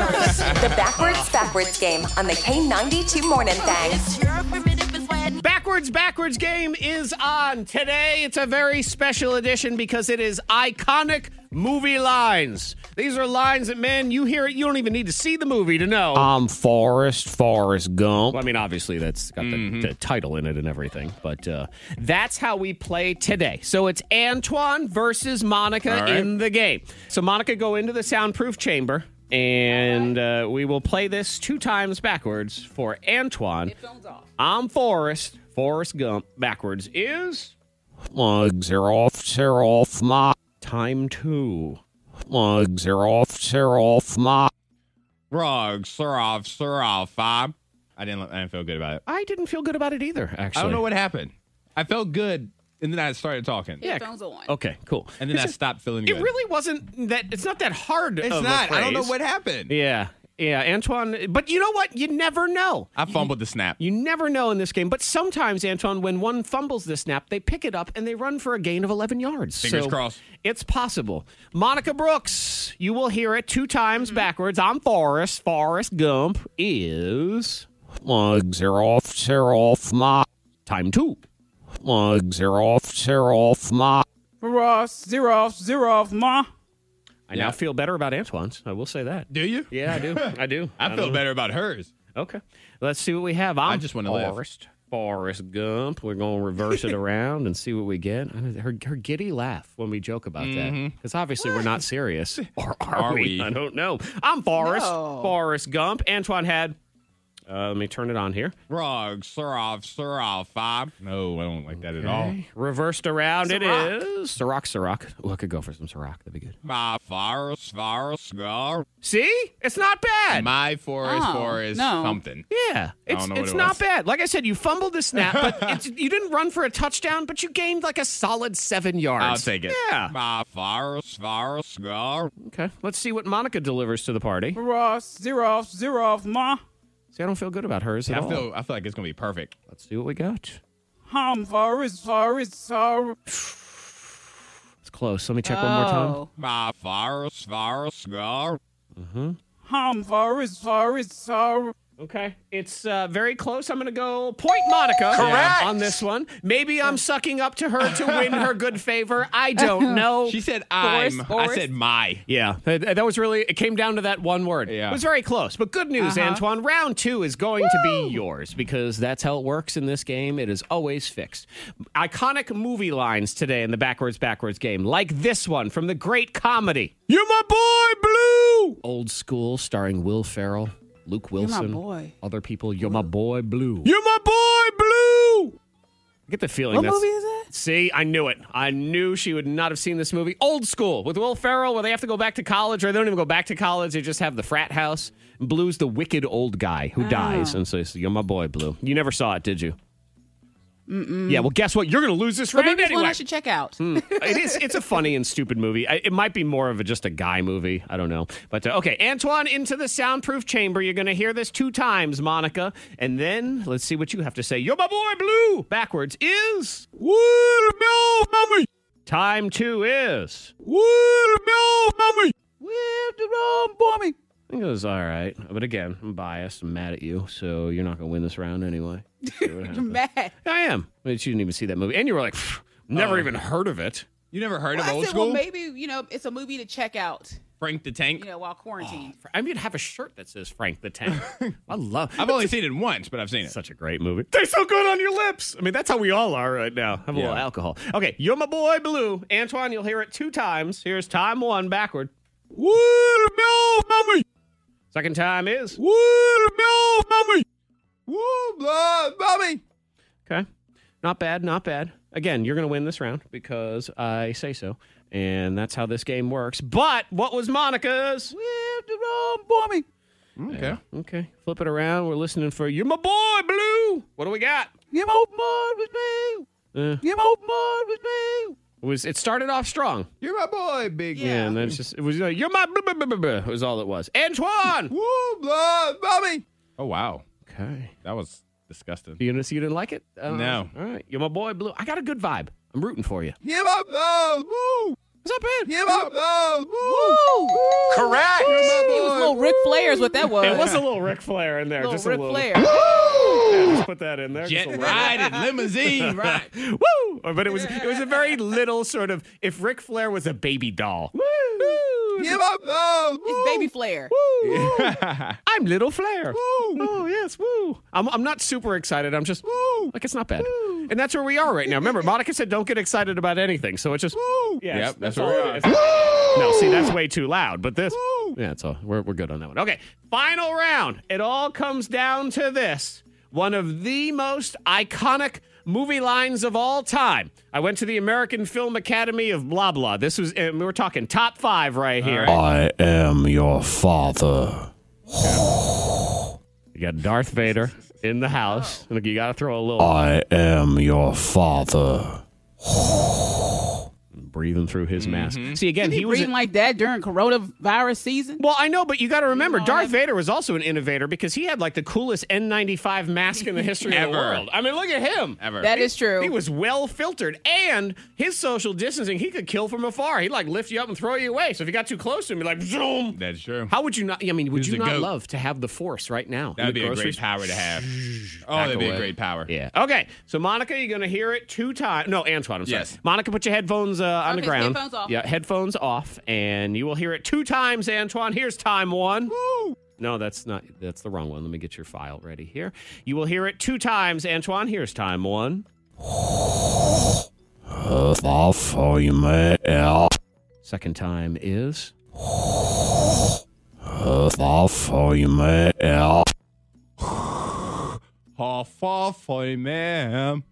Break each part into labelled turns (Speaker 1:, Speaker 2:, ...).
Speaker 1: The backwards backwards game on the K92 Morning Thing.
Speaker 2: Backwards, backwards game is on today. It's a very special edition because it is iconic movie lines. These are lines that, man, you hear it, you don't even need to see the movie to know.
Speaker 3: I'm Um, Forrest, Forrest Gump.
Speaker 2: I mean, obviously, that's got the,
Speaker 3: Mm-hmm.
Speaker 2: the title in it and everything, but uh, that's how we play today. So it's Antoine versus Monica
Speaker 3: All right.
Speaker 2: in the game. So Monica, go into the soundproof chamber, and uh, we will play this two times backwards for Antoine. I'm Forrest. Forrest Gump backwards is
Speaker 3: Mugs are off, they're off my.
Speaker 2: time two.
Speaker 3: Mugs are off, they're off my.
Speaker 4: Rog, sir off, sir off. I didn't. I didn't feel good about it.
Speaker 2: I didn't feel good about it either. Actually,
Speaker 4: I don't know what happened. I felt good, and then I started talking,
Speaker 5: Phones on.
Speaker 2: Okay, cool.
Speaker 4: and then I
Speaker 2: It's-
Speaker 4: stopped feeling
Speaker 2: It
Speaker 4: good.
Speaker 2: really wasn't that. It's not that hard.
Speaker 4: It's
Speaker 2: of a
Speaker 4: not. I don't know
Speaker 2: phrase.
Speaker 4: what happened.
Speaker 2: Yeah, yeah, Antoine. But you know what? You never know.
Speaker 4: I fumbled the snap.
Speaker 2: You never know in this game. But sometimes, Antoine, when one fumbles the snap, they pick it up and they run for a gain of 11 yards.
Speaker 4: Fingers crossed.
Speaker 2: It's possible. Monica Brooks, you will hear it two times
Speaker 4: Mm-hmm.
Speaker 2: backwards. I'm Forrest. Forrest Gump is
Speaker 3: Mugs are off, they're off my.
Speaker 2: time two.
Speaker 3: Mugs are off, they're off my.
Speaker 5: Ross, Zeroff, Zeroff, Ma.
Speaker 2: I
Speaker 4: Yeah.
Speaker 2: now feel better about Antoine's. I will say that.
Speaker 4: Do you?
Speaker 2: Yeah, I do. I do.
Speaker 4: I feel
Speaker 2: don't-
Speaker 4: better about hers.
Speaker 2: Okay. Let's see what we have. I'm
Speaker 4: just wanna laugh.
Speaker 2: Forrest. Forrest Gump. We're going to reverse it around and see what we get. I know, her, her giddy laugh when we joke about that. Because obviously we're not serious. Or Mm-hmm. are,
Speaker 4: Are
Speaker 2: we?
Speaker 4: we?
Speaker 2: I don't know. I'm Forrest. Forrest Gump. Antoine had. Uh, let me turn it on here.
Speaker 4: Rog, sir off, sir off. I no, I don't like that at all.
Speaker 2: Reversed around it is. Ciroc, Ciroc. Oh, I could go for some Ciroc. That'd be good.
Speaker 4: My forest, forest, gar.
Speaker 2: See? It's not bad.
Speaker 4: My forest,
Speaker 5: Oh,
Speaker 4: forest,
Speaker 5: no.
Speaker 4: something. I
Speaker 2: Yeah,
Speaker 4: don't
Speaker 2: it's
Speaker 4: know what
Speaker 2: it's
Speaker 4: it
Speaker 2: not
Speaker 4: was.
Speaker 2: bad. Like I said, you fumbled the snap, but it's, you didn't run for a touchdown, but you gained like a solid seven yards.
Speaker 4: I'll take it.
Speaker 2: Yeah.
Speaker 4: My forest, forest, gar.
Speaker 2: Okay. Let's see what Monica delivers to the party.
Speaker 5: Ross, Zeroff, Zeroff, Ma.
Speaker 2: See, I don't feel good about hers at
Speaker 4: I
Speaker 2: all.
Speaker 4: feel. I feel like it's gonna be perfect.
Speaker 2: Let's see what we got.
Speaker 5: Hom, Forrest, Forrest, Sor.
Speaker 2: It's close. Let me check one more time.
Speaker 4: My forest, forest, gar.
Speaker 5: Hom, Forrest, Forrest, Sor.
Speaker 2: Okay, it's uh, very close. I'm going to go point Monica
Speaker 4: Correct.
Speaker 2: on this one. Maybe I'm sucking up to her to win her good favor. I don't know.
Speaker 4: She said I'm. I
Speaker 5: Forest.
Speaker 4: said my.
Speaker 2: Yeah, that, that was really. It came down to that one word.
Speaker 4: Yeah. Uh-huh.
Speaker 2: It was very close, but good news, Antoine. Round two is going to be yours because that's how it works in this game. It is always fixed. Iconic movie lines today in the backwards backwards game, like this one from the great comedy
Speaker 4: You're my boy, Blue.
Speaker 2: Old School, starring Will Ferrell, Luke
Speaker 5: my
Speaker 2: Wilson,
Speaker 5: boy.
Speaker 2: other people. You're my boy, Blue.
Speaker 4: You're my boy, Blue.
Speaker 2: I get the feeling.
Speaker 5: What
Speaker 2: that's,
Speaker 5: movie is that?
Speaker 2: See, I knew it. I knew she would not have seen this movie. Old school with Will Ferrell, where they have to go back to college, or they don't even go back to college. They just have the frat house. Blue's the wicked old guy who
Speaker 5: Oh.
Speaker 2: dies, and so he says, "You're my boy, Blue." You never saw it, did you? Mm-mm. Yeah. Well, guess what? You're going to lose this round
Speaker 5: Maybe it's one
Speaker 2: anyway.
Speaker 5: I should check out.
Speaker 2: it is. It's a funny and stupid movie. I, it might be more of a, just a guy movie. I don't know. But uh, okay, Antoine, into the soundproof chamber. You're going to hear this two times, Monica, and then let's see what you have to say. You're my boy, Blue. Backwards is.
Speaker 4: Watermelon mummy.
Speaker 2: Time two is.
Speaker 4: Watermelon mummy.
Speaker 2: He goes, all right. But again, I'm biased. I'm mad at you. So you're not going to win this round anyway. See what happens.
Speaker 5: Mad.
Speaker 2: I am. But you didn't even see that movie. And you were like, "Pfft,
Speaker 4: Oh.
Speaker 2: never even heard of it.
Speaker 4: You never heard of
Speaker 5: I
Speaker 4: old
Speaker 5: said,
Speaker 4: school?
Speaker 5: well, maybe, you know, it's a movie to check out,
Speaker 4: Frank the Tank.
Speaker 5: you know, while quarantined.
Speaker 2: I'm going to have a shirt that says Frank the Tank. I love
Speaker 4: I've only seen it once, but I've seen it.
Speaker 2: Such a great movie. Tastes so good on your lips. I mean, that's how we all are right now. Have a little
Speaker 4: Yeah.
Speaker 2: alcohol. Okay, you're my boy, Blue. Antoine, you'll hear it two times. Here's time one backward.
Speaker 4: Watermelon mummy.
Speaker 2: Second time is.
Speaker 4: Watermelon mummy. Watermelon mummy.
Speaker 2: Okay. Not bad, not bad. Again, you're going to win this round because I say so. And that's how this game works. But what was Monica's?
Speaker 4: Okay.
Speaker 2: Okay. Flip it around. We're listening for You're My Boy, Blue. What do we got?
Speaker 5: Give open board with me.
Speaker 2: Uh,
Speaker 5: Give open board with me.
Speaker 2: it was It started off strong.
Speaker 4: You're my boy, big
Speaker 5: Yeah.
Speaker 2: And then it's just, it was like, You're My Blue, Blue, Blue, Blue, Blue, was all it was. Antoine!
Speaker 4: Watermelon mummy. Oh wow,
Speaker 2: okay.
Speaker 4: that was disgusting.
Speaker 2: You didn't, you didn't like it? Uh,
Speaker 4: No.
Speaker 2: All right. You're My Boy, Blue. I got a good vibe. I'm rooting for you.
Speaker 4: Give up, woo.
Speaker 2: What's up, man?
Speaker 4: Give up, woo. Correct.
Speaker 5: He was a little Ric Flair's what that was.
Speaker 2: Oh. It was a little Ric Flair in there.
Speaker 5: little
Speaker 2: just
Speaker 5: Ric
Speaker 2: a little.
Speaker 5: Flair.
Speaker 2: Yeah, just put that in there. just
Speaker 4: Jet
Speaker 2: a little.
Speaker 4: ride and limousine ride.
Speaker 2: Woo! Or- But it was it was a very little sort of if Ric Flair was a baby doll. Woo!
Speaker 4: Give up, oh,
Speaker 5: It's Baby Flair.
Speaker 2: Woo, woo. I'm little Flair. Oh yes, woo. I'm I'm not super excited. I'm just woo. Like it's not bad. And that's where we are right now. Remember, Monica said don't get excited about anything. So it's just woo. Yeah,
Speaker 4: Yep,
Speaker 2: it's-
Speaker 4: that's where
Speaker 2: all
Speaker 4: we
Speaker 2: it
Speaker 4: are.
Speaker 2: is. No, see, that's way too loud. But this, yeah, it's all we're we're good on that one. Okay, final round. It all comes down to this: one of the most iconic movie lines of all time. I went to the American Film Academy of blah blah. This was, and we were talking top five right here.
Speaker 3: I am your father.
Speaker 2: You got Darth Vader in the house.
Speaker 4: Oh.
Speaker 2: Look, you got to throw a little
Speaker 3: I am your father.
Speaker 2: breathing through his
Speaker 4: Mm-hmm.
Speaker 2: mask. See, again, he was.
Speaker 5: Breathing like that during coronavirus season.
Speaker 2: Well, I know, but you got to remember,
Speaker 5: know,
Speaker 2: Darth
Speaker 5: I've-
Speaker 2: Vader was also an innovator because he had like the coolest N95 mask in the history of the
Speaker 4: Ever.
Speaker 2: world. I mean, look at him.
Speaker 4: Ever.
Speaker 5: That is true.
Speaker 2: He was well filtered, and his social distancing, he could kill from afar. He'd like lift you up and throw you away. So if you got too close to him, you're like zoom.
Speaker 4: That's true.
Speaker 2: How would you not? I mean, would
Speaker 4: He's
Speaker 2: you
Speaker 4: the
Speaker 2: not
Speaker 4: goat.
Speaker 2: love to have the Force right now? in
Speaker 4: That'd
Speaker 2: the
Speaker 4: be a
Speaker 2: grocery
Speaker 4: great
Speaker 2: store?
Speaker 4: power to have. Oh, that'd be a
Speaker 2: away.
Speaker 4: great power.
Speaker 2: Yeah. Okay. So Monica, you're gonna hear it two times. No, Antoine. I'm sorry.
Speaker 4: Yes.
Speaker 2: Monica, put your headphones uh, on the
Speaker 5: Okay,
Speaker 2: ground.
Speaker 5: headphones off.
Speaker 2: Yeah, headphones off, and you will hear it two times. Antoine, here's time one. No, that's not. That's the wrong one. Let me get your file ready here. You will hear it two times. Antoine, here's time one.
Speaker 3: Earth off for you, man.
Speaker 2: Second time is.
Speaker 3: Earth off for you, man.
Speaker 4: Half off for you, ma'am.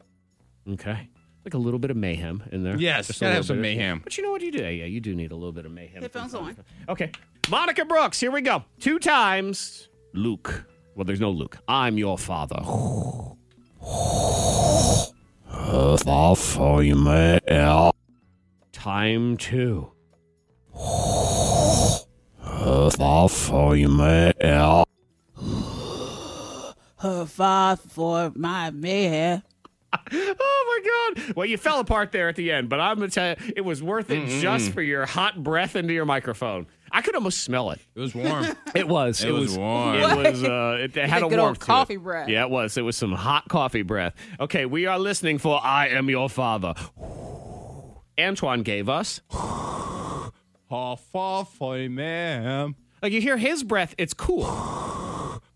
Speaker 2: Okay. Like a little bit of mayhem in there.
Speaker 4: Yes,
Speaker 2: Just a
Speaker 4: gotta
Speaker 2: little
Speaker 4: have some
Speaker 2: bit.
Speaker 4: mayhem.
Speaker 2: But you know what you do? Yeah, you do need a little bit of mayhem.
Speaker 5: Headphones on.
Speaker 2: Okay. Monica Brooks, here we go. Two times. Luke. Well, there's no Luke. I'm your father.
Speaker 3: Earth off for you, man.
Speaker 2: Time two.
Speaker 3: Earth off for you, man.
Speaker 5: Her five for my man.
Speaker 2: Oh my God! Well, you fell apart there at the end, but I'm gonna tell you, it was worth it just for your hot breath into your microphone. I could almost smell it.
Speaker 4: It was warm.
Speaker 2: It was.
Speaker 4: It was warm.
Speaker 2: It was. Uh, it had
Speaker 5: a
Speaker 2: a
Speaker 5: good old
Speaker 2: warmth to it.
Speaker 5: coffee breath.
Speaker 2: Yeah, it was. It was some hot coffee breath. Okay, we are listening for "I Am Your Father." Antoine gave us.
Speaker 4: Half off for you, ma'am.
Speaker 2: Like you hear his breath, it's cool.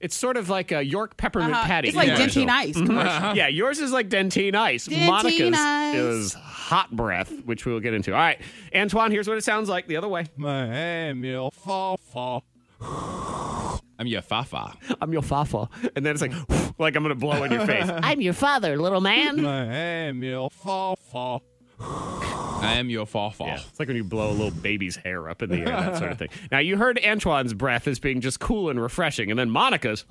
Speaker 2: It's sort of like a York peppermint
Speaker 5: Uh-huh.
Speaker 2: patty.
Speaker 5: It's like
Speaker 2: Yeah. Mm-hmm.
Speaker 5: Dentine Ice.
Speaker 2: Yeah, yours is like dentine ice.
Speaker 5: Dentine
Speaker 2: Monica's
Speaker 5: ice.
Speaker 2: is hot breath, which we will get into. All right, Antoine, here's what it sounds like the other way.
Speaker 4: Ma'am, your fa fa. I'm your fa fa.
Speaker 2: I'm your fafa, and then it's like, like I'm gonna blow in your face. I'm your father, little man.
Speaker 4: Ma'am, your fa fa. I am your fa fa.
Speaker 2: Yeah, it's like when you blow a little baby's hair up in the air, that sort of thing. Now you heard Antoine's breath as being just cool and refreshing, and then Monica's,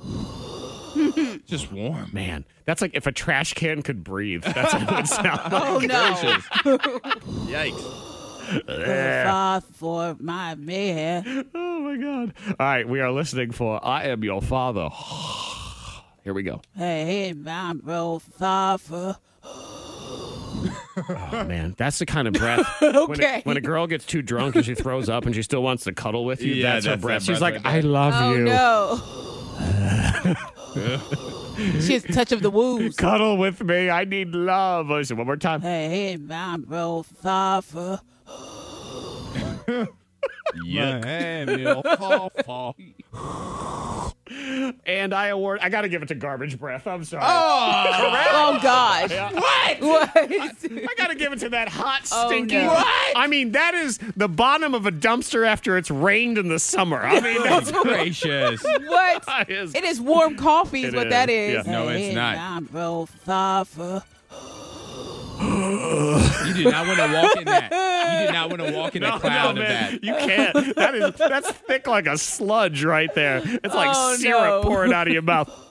Speaker 4: Just warm.
Speaker 2: man, that's like if a trash can could breathe. That's what it would sound like.
Speaker 5: Oh no.
Speaker 4: Yikes.
Speaker 5: Her five for my man.
Speaker 2: Oh my god! All right, we are listening for "I Am Your Father." Here we go.
Speaker 5: Hey, my bro, five for.
Speaker 2: Man, that's the kind of breath. When a,
Speaker 5: Okay.
Speaker 2: when a girl gets too drunk and she throws up and she still wants to cuddle with you,
Speaker 4: Yeah,
Speaker 2: that's, her
Speaker 4: that's that
Speaker 2: breath. She's
Speaker 4: breath
Speaker 2: like,
Speaker 4: right there.
Speaker 2: I love
Speaker 5: Oh
Speaker 2: you.
Speaker 5: no. she has touch of the woos.
Speaker 2: Cuddle with me. I need love. Listen, one more time.
Speaker 5: Hey, my bro, five for.
Speaker 4: Ma'am, your fa fa.
Speaker 2: And I award, I got to give it to garbage breath. I'm sorry.
Speaker 5: Oh gosh. What? What?
Speaker 2: I got to give it to that hot,
Speaker 5: Oh,
Speaker 2: stinky.
Speaker 5: no. What?
Speaker 2: I mean, that is the bottom of a dumpster after it's rained in the summer. I mean, that's.
Speaker 4: Gracious.
Speaker 5: what?
Speaker 2: that is-
Speaker 5: It is warm coffee, is
Speaker 2: It
Speaker 5: what
Speaker 2: is,
Speaker 5: that is.
Speaker 2: yeah.
Speaker 4: No, it's
Speaker 5: Hey,
Speaker 4: not.
Speaker 5: My bro, five for.
Speaker 4: You do not want to walk in that. You do not want to walk in a cloud
Speaker 2: no,
Speaker 4: of
Speaker 2: man,
Speaker 4: that.
Speaker 2: You can't. That is that's thick like a sludge right there. It's like
Speaker 5: Oh,
Speaker 2: syrup
Speaker 5: no.
Speaker 2: pouring out of your mouth.